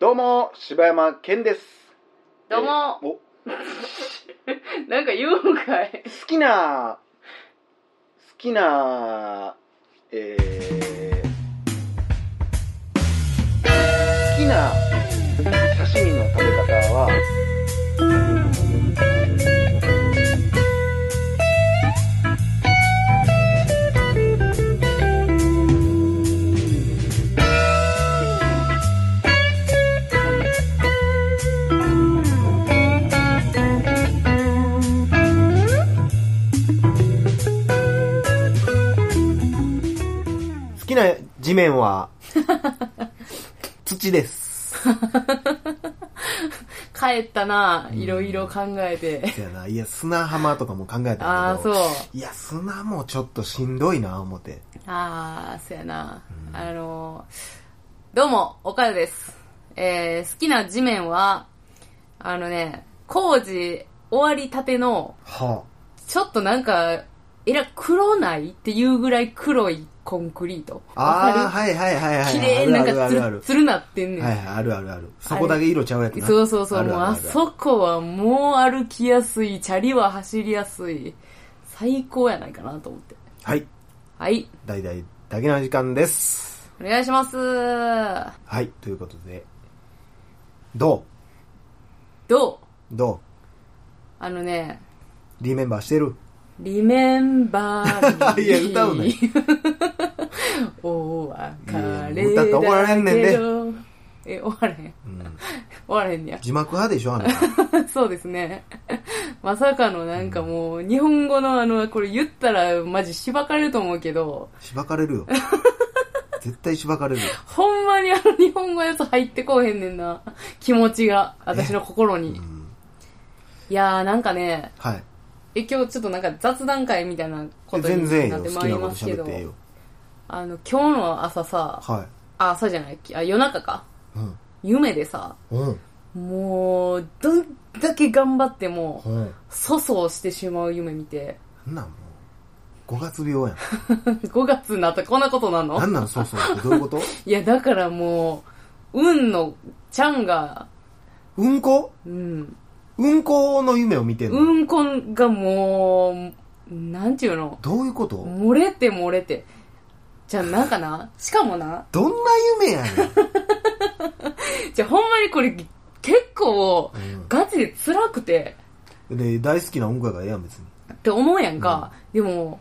うも柴山健ですどうもえーお好 なんか言うんかい。きな好きなえー、好きな刺身の食べ方は好きな地面 は、土です。帰ったな、いろいろ考え て。いやな、いや、砂浜とかも考えたけど。ああ、そう。いや、砂もちょっとしんどいな、思って。ああ、そうやな。あの、どうも、岡田です。えー、好きな地面は、あのね、工事終わりたての、はちょっとなんか、えら、黒ないっていうぐらい黒いコンクリート。あ。ああ、わかはいはいはいはるい。綺麗あなんるあかるつあるるつるなっあてんねる。ん。はいはい、あるあるある。そこだけ色ちゃうやつな。そうそうそう、るもうあるるそこはもう歩きやすい、チャリは走りやすい、最高やないかなと思って。はい。はい、大々だけの時間です。お願いします。はい、ということで。どどううどあのね、うリメンバーしてるリメンバ ーいや歌うなよ。 お別いやれ歌ったら怒られんねんでだけど。え、終われへん。終われへんね字幕派でしょあの。 や。 そうですね。まさかのなんかもう、日本語のあの、これ言ったらマジしばかれると思うけど、しばかれるよ。絶対しばかれるよ。ほんまにあの日本語のやつ入ってこうへんねんな。気持ちが、私の心に。いやーなんかね、はい。え今日ちょっとなんか雑談会みたいなこと全に然ええなよ。っ好てきまいりなことますけ喋どってええ、よ。あの、今日の朝さ、はあ、朝じゃない、あ、夜中か。い。うん。夢でさ、うん。もう、どんだけ頑張っても、うん。粗相してしまう夢見て、なんなんもう。5月病や5月になったらこんなことなん ん。のなんなんそうそうってどういうこといや、だからもう、運のちゃんが、うんこうん、うんこの夢を見てんの、うんこがもう、なんていうのどういうこと漏れて漏れて。じゃあなんかな、しかもな、どんな夢やね ん。じゃあほんまにこれ結構んガチで辛くてで、大好きな音楽がええやん、別に。って思うやんか。でも、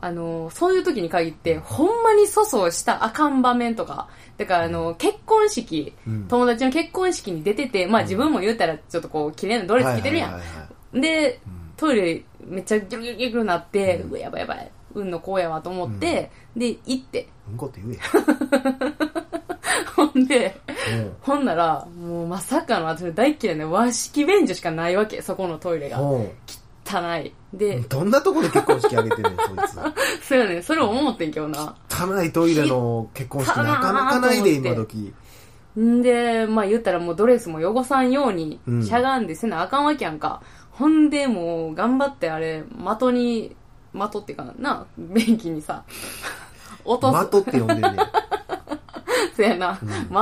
あの、そういう時に限って、ほんまに粗相したあかん場面とか、だからあの、結婚式、うん友達の結婚式に出てて、まあ自分も言うたらちょっとこう、綺麗なドレス着てるやんはい。はいはいはいで、んトイレめっちゃギュルギュルギュルなって、うわやばいやばい運のうやわと思って、で行って うんこって言ほんでえ やん。ほんならもうまさかの私大っ嫌いな和式便所しかないわけそこのトイレがほう。汚いほでう。どんなとこで結婚式あげてん ねん、そいつ。そうやねそれを思ってんけどな汚いトイレの結婚式なかなかないで、今時。んでまあ言ったらもうドレスも汚さんようにうんしゃがんでせなあかんわけやんか、ほんでもう頑張ってあれ的に的っていうかな便器に さ落とす的って呼んでん ねん。そうやな、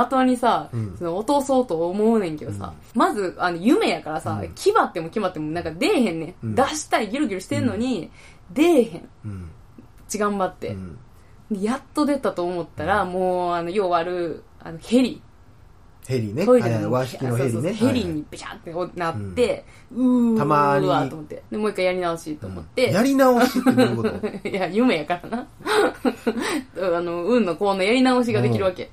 的にさ、うんその落とそうと思うねんけどさ、まず、あの、夢やからさ、うん決まっても決まってもなんか出えへんねうん。ん出したいギュルギュルしてんのに、出えへん。うん。ち頑張っうて、ん。でやっと出たと思ったら、もう、あの、ようある、あの、ヘリ。ヘリね。トイレはいはのい和式のヘリね。そうそうそうヘリはいはいにビシャってなって、うーたまにうわーと思って。で、もう一回やり直しと思って。やり直しってどういうこと いや、夢やからな。あの、運のこのやり直しができるわけ。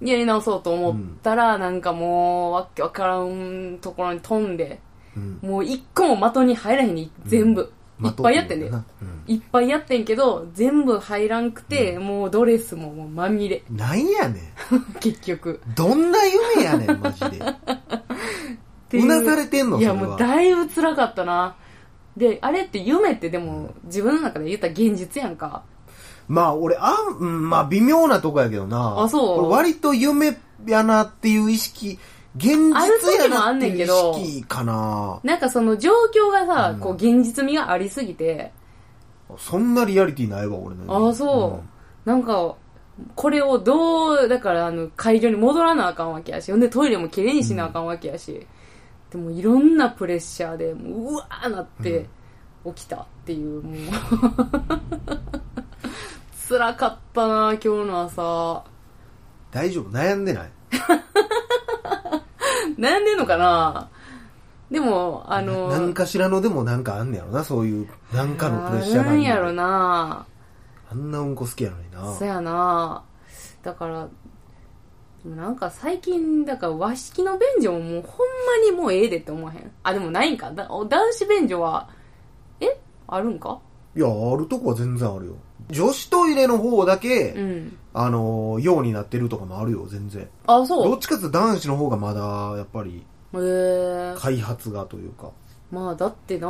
やり直そうと思ったら、なんかもう、わけわからんところに飛んで、うんもう一個も的に入らへんに、全部。 いっぱいやってんだよ。うんいっぱいやってんけど、全部入らんくて、もうドレスももうまみれ。なんやね結局。ん。どんな夢やねん、 マジで。っていううなされてんのいやそれはもうだいぶ辛かったな。で、あれって夢ってでも、自分の中で言ったら現実やんか。まあ、俺、あん、うんまあ、微妙なとこやけどな。あそう俺割と夢やなっていう意識、現実やなっていう意識かな。なんかその状況がさ、こう現実味がありすぎて、そんなリアリティないわ、俺の夢。ああ、そう。なんか、これをどう、だから、あの、会場に戻らなあかんわけやし、ほんでトイレもきれいにしなあかんわけやし、でもいろんなプレッシャーで、もう、うわーなって、起きたっていう、 もう。辛かったな今日の朝。大丈夫悩んでない悩んでんのかなでも、あの、何かしらのでもなんかあんねやろなそういう何かのプレッシャーがなあんんねやろなあんなうんこ好きやのになそやなだから、でもなんか最近、だから和式の便所ももうほんまにもうええでって思わへん。あ、でもないんか。だ男子便所は、えあるんかいやあるとこは全然あるよ女子トイレの方だけ、うん。あのようになってるとかもあるよ全然あ、どそっちかっていうと男子の方がまだやっぱりうへえ。開発がというかまあだってな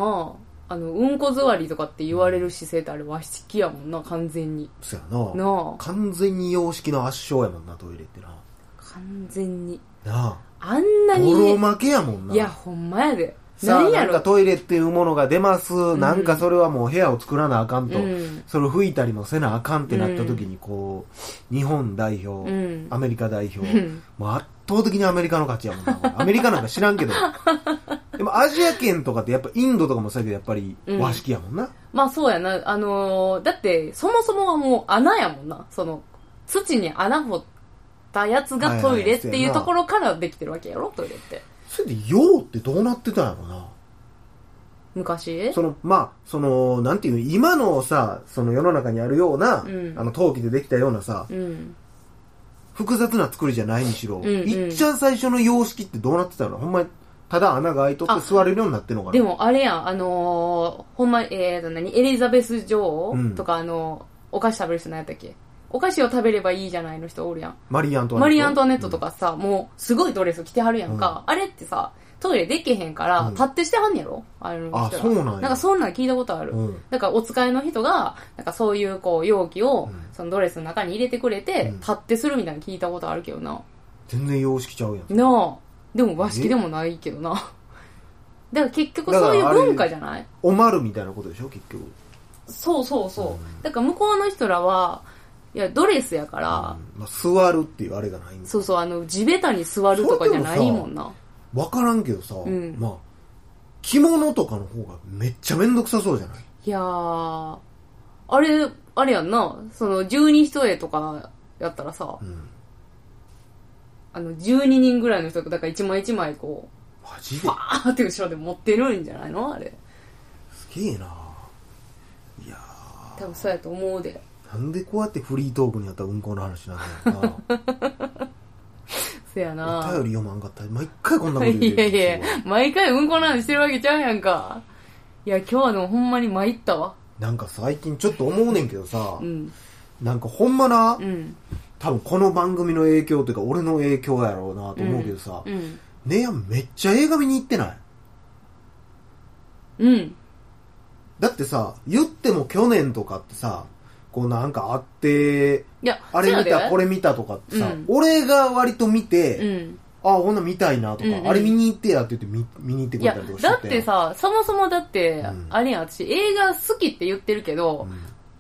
あの、うんこ座りとかって言われる姿勢ってあれ和式やもんな、完全に。そやななあ完全に洋式の圧勝やもんなトイレってな完全に。なあんなあにボロね、負けやもんないや、ほんまやで。さあ何やなんろかトイレっていうものが出ます、んなんかそれはもう部屋を作らなあかんと、うんそれを吹いたりもせなあかんってなった時にこう日本代表、うんアメリカ代表、うんもう圧倒的にアメリカの勝ちやもんなこれアメリカなんか知らんけ どでもアジア圏とかってやっぱインドとかもそうやけどやっぱりうん和式やもんな、まあそうやな、あのーだって、そもそもはもう穴やもんな。その、土に穴掘ったやつはがいはいトイレっそてういやうなところからできてるわけやろ、トイレって。それで洋ってどうなってたんやろな昔そのまあそのなんていうの今のさその世の中にあるような、うんあの陶器でできたようなさうん。複雑な作りじゃないにしろ、んうんいっちゃん最初の様式ってどうなってたのほんまにただ穴が開いとってあ座れるようになってんのかなでもあれやん、あのーほんま、えーと、何、エリザベス女王うんとか、あのーお菓子食べる人何やったっけお菓子を食べればいいじゃないの人おるやん。マリー・アントワマネットリー・アントワネットとかさ、もう、すごいドレス着てはるやんか。あれってさ、トイレできへんから、うん立ってしてはんねやろあの人らあそうなんやなんかそんなん聞いたことある。うんだからお使いの人が、なんかそういうこう容器を、そのドレスの中に入れてくれて、うん立ってするみたいなの聞いたことあるけどな。全然様式ちゃうやんなあ。でも和式でもないけどな。 だから結局そういうだからあれ文化じゃないおまるみたいなことでしょ結局そうそうそう。だから向こうの人らは、いや、ドレスやから、うんまあ、座るっていうあれがないんそうそう、あの、地べたに座るとかじゃないもんな。わからんけどさ、んまあ着物とかの方がめっちゃめんどくさそうじゃないいやー、あれ、あれやんな、その、十二人絵とかやったらさ、んあの、12人ぐらいの人が、だから一枚一枚こう、マジでパーって後ろで持ってるんじゃないのあれ。すげえな多分そうやと思うで。なんでこうやってフリートークにあったうんこの話なんだろうせやななお便り読まんかったら毎回こんなこと言うている やいやこっちは、毎回うんこなんしてるわけちゃうやんか。いや、今日はでもほんまに参ったわ。なんか最近ちょっと思うねんけどさ、うん。なんかほんまな、うん。多分この番組の影響というか俺の影響やろうなと思うけどさ、うん。姉やんめっちゃ映画見に行ってないうん。だってさ言っても去年とかってさこうなんかあっていや、あれ見せやたでこれ見たとかってさ、うん俺が割と見て、うん。あほんな見たいなとか、うんうんあれ見に行ってやって言って見見に行ってくいれやたりとか、してだたってさ、そもそもだって、うんあれやん、私映画好きって言ってるけど、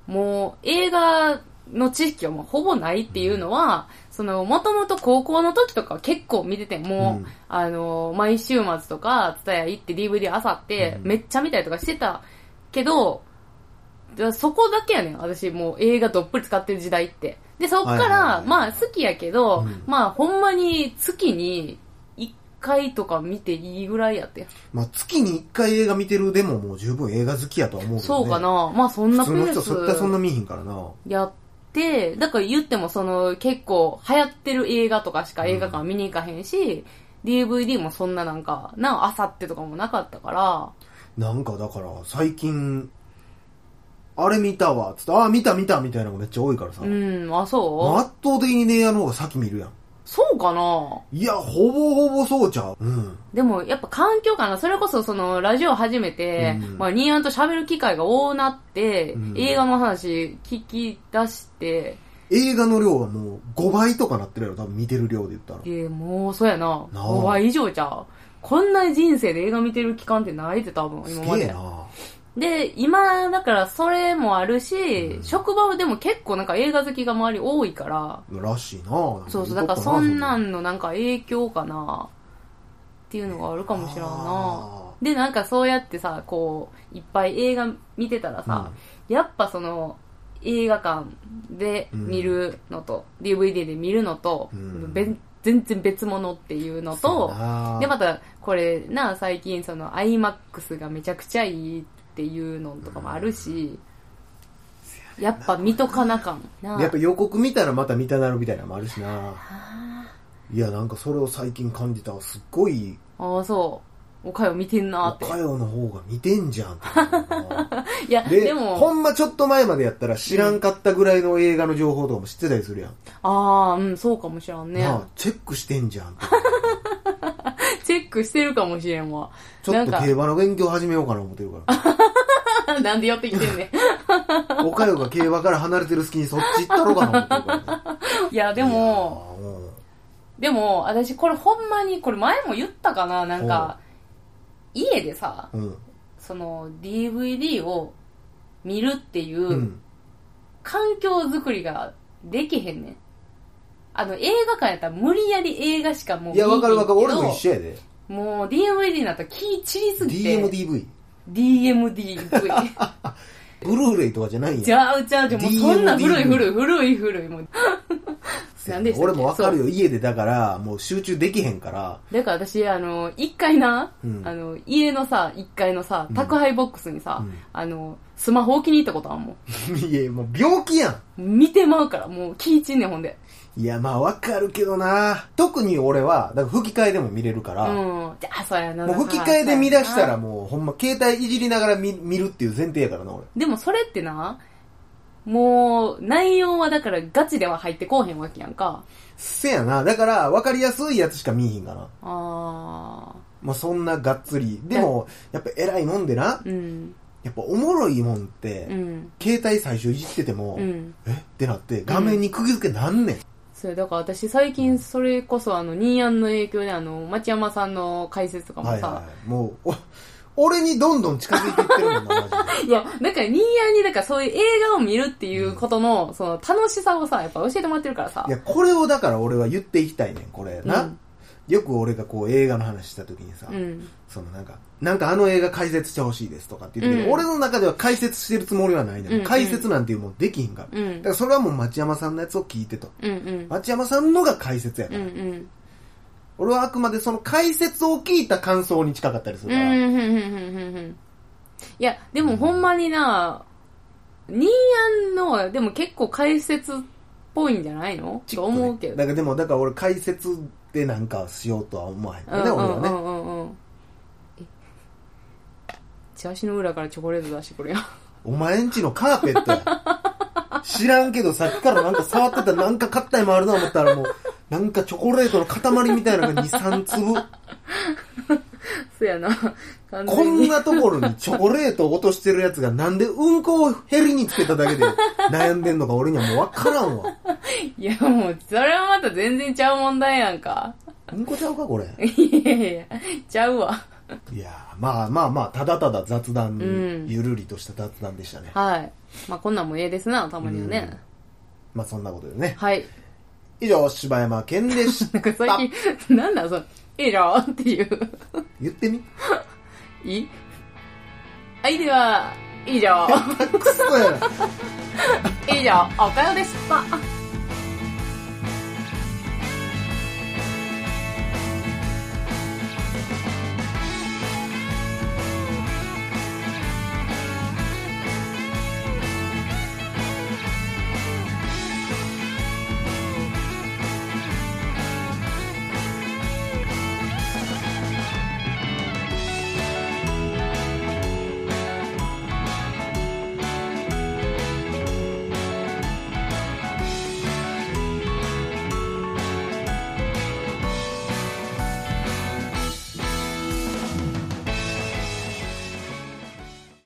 もう映画の知識はもうほぼないっていうのは、その、もともと高校の時とかは結構見てて、もう、うんあの、毎週末とか、ツタヤ行って DVD あさって、うんめっちゃ見たりとかしてたけど、だからそこだけやねん、私もう映画どっぷり使ってる時代って。で、そっから、はいはいはいはいまあ好きやけど、うんまあほんまに月に1回とか見ていいぐらいやって。まあ、月に1回映画見てるでももう十分映画好きやとは思うけど、ね、そうかな。まあそんな普通の人そったらそんなス見えへんからなやって、だから言ってもその結構流行ってる映画とかしか映画館見に行かへんし、DVD もそんななんか、な、あさってとかもなかったから、なんかだから最近あれ見たわっつってああ見た見たみたいなのがめっちゃ多いからさ、うん、あ、もうそう圧倒的にネアの方が先見るやんそうかないやほぼほぼそうちゃううんでもやっぱ環境かな。それこそそのラジオ始めて、うんまあニーアンと喋る機会が多なって、うん映画の話聞き出して、映画の量はもう5倍とかなってるやろ多分見てる量で言ったらで、もうそうやな。なあ5倍以上ちゃう。こんな人生で映画見てる期間ってないで多分、す今まげえで。なで、今、だからそれもあるし、職場でも結構なんか映画好きが周り多いから、らしいななんそうそ言う、だっかとっらたそんなんのなんか影響かな、っていうのがあるかもしらんなあ。で、なんかそうやってさ、こう、いっぱい映画見てたらさ、やっぱその、映画館で見るのと、DVD で見るのと、うんべん全然別物っていうのと、で、でまた、これな、最近、その、iMAX がめちゃくちゃいいっていうのとかもあるし、やっぱ見とかなかんな。やっぱ予告見たらまた見たなるみたいなのもあるしな。いや、なんかそれを最近感じたわ。すっごい、ああ、そう。おかよ見てんなって。岡山の方が見てんじゃんって思 うないや、ででも、ほんまちょっと前までやったら知らんかったぐらいの映画の情報とかも知ってたりするやん。ああ、うん、そうかもしらんねな。あチェックしてんじゃん って。チェックしてるかもしれんわ。 ちょっとなんか競馬の勉強始めようかな思ってるかなんで寄ってきてんねん。 ら。岡山が競馬から離れてる隙にそっち行ったろうかな思ってるから。いや、でいや も、ー、うんでも、私、これほんまに、これ前も言ったかな、なんか、家でさ、うん。。その、DVD を見るっていううん環境づくりができへんねん。あの、映画館やったら無理やり映画しかもういや、わかるわかる。俺も一緒。緒やで。もう DVD になったら気散りすぎて。 DMDV。 DMD。ブルーレイとかじゃないんや。ちゃうちゃうちゃう、もうそんな古い古い古い古い。もう 何でしたっけ俺もわかるよ。家でだから、もう集中できへんから。 だから私、あの、一回な、うんあの、家のさ、一階のさ、宅配ボックスにさ、うんあの、スマホ置きに行ったことあんもいや、もう病気やん。ん。見てまうから、もう気いちんねん、ほんで。いや、まあわかるけどな。特に俺は、だから吹き替えでも見れるかうら、ん。じゃあ、そうやな。もう吹き替えで見出したそうやらな。もうほんま携帯いじりながら見見るっていう前提やからな、俺。でもそれってな、もう、内容はだからガチでは入ってこうへんわけやんか。せやな。だから、わかりやすいやつしか見えへんかな。あまあそんながっつり。でも、やっぱ偉いもんでなー。。うん。やっぱおもろいもんって、うん。携帯最初いじってても、うん。えってなって、画面に釘付けなんねん。それだから私最近それこそあの、ニーアンの影響であの、町山さんの解説とかもさ、はいはい。もう、お俺にどんどん近づいていってるもんな、マジで。いや、なんか、ニーヤーに、なんかそういう映画を見るっていうことの、その、楽しさをさ、やっぱ教えてもらってるからさい。や、これをだから俺は言っていきたいねん、これ。な。うんよく俺がこう映画の話した時にさ、うん。そのなんか、なんかあの映画解説してほしいですとかって言ってるけど、うん俺の中では解説してるつもりはないねん。うんうん解説なんていうもんできひんから。うんだからそれはもう町山さんのやつを聞いてと。うんうん。町山さんのが解説やかうんら。うん。俺はあくまでその解説を聞いた感想に近かったりすうるん、から。うん、うん、うん、うんうん。いや、でもほんまにな、ニーヤンの、でも結構解説っぽいんじゃないのと思うけど。だからでも、だから俺解説でなんかしようとは思わへんうんね、う俺んはうね。んうんうん。えチラシの裏からチョコレート出してくれよ。 お前んちのカーペットや。知らんけどさっきからなんか触ってたらなんか硬いもあるな思ったらもう、なんかチョコレートの塊みたいなのが2、3粒。そうやな。完こ全んに。なところにチョコレートを落としてるやつがなんでうんこをヘリにつけただけで悩んでんのか俺にはもうわからんわ。いや、もう、それはまた全然ちゃう問題やんか。うんこちゃうかこれ。いやいやいや、ちゃうわ。いやーまあまあまあ、ただただ雑談、うんゆるりとした雑談でしたね。はい。まあ、こんなんもええですな、たまにはね。まあそんなことでね。はい。以上、柴山健でしなんかた。最近、なんだその、ええじゃんっていう。言ってみ。いいはい、では、以上、くっそやな。以上、おかよでした。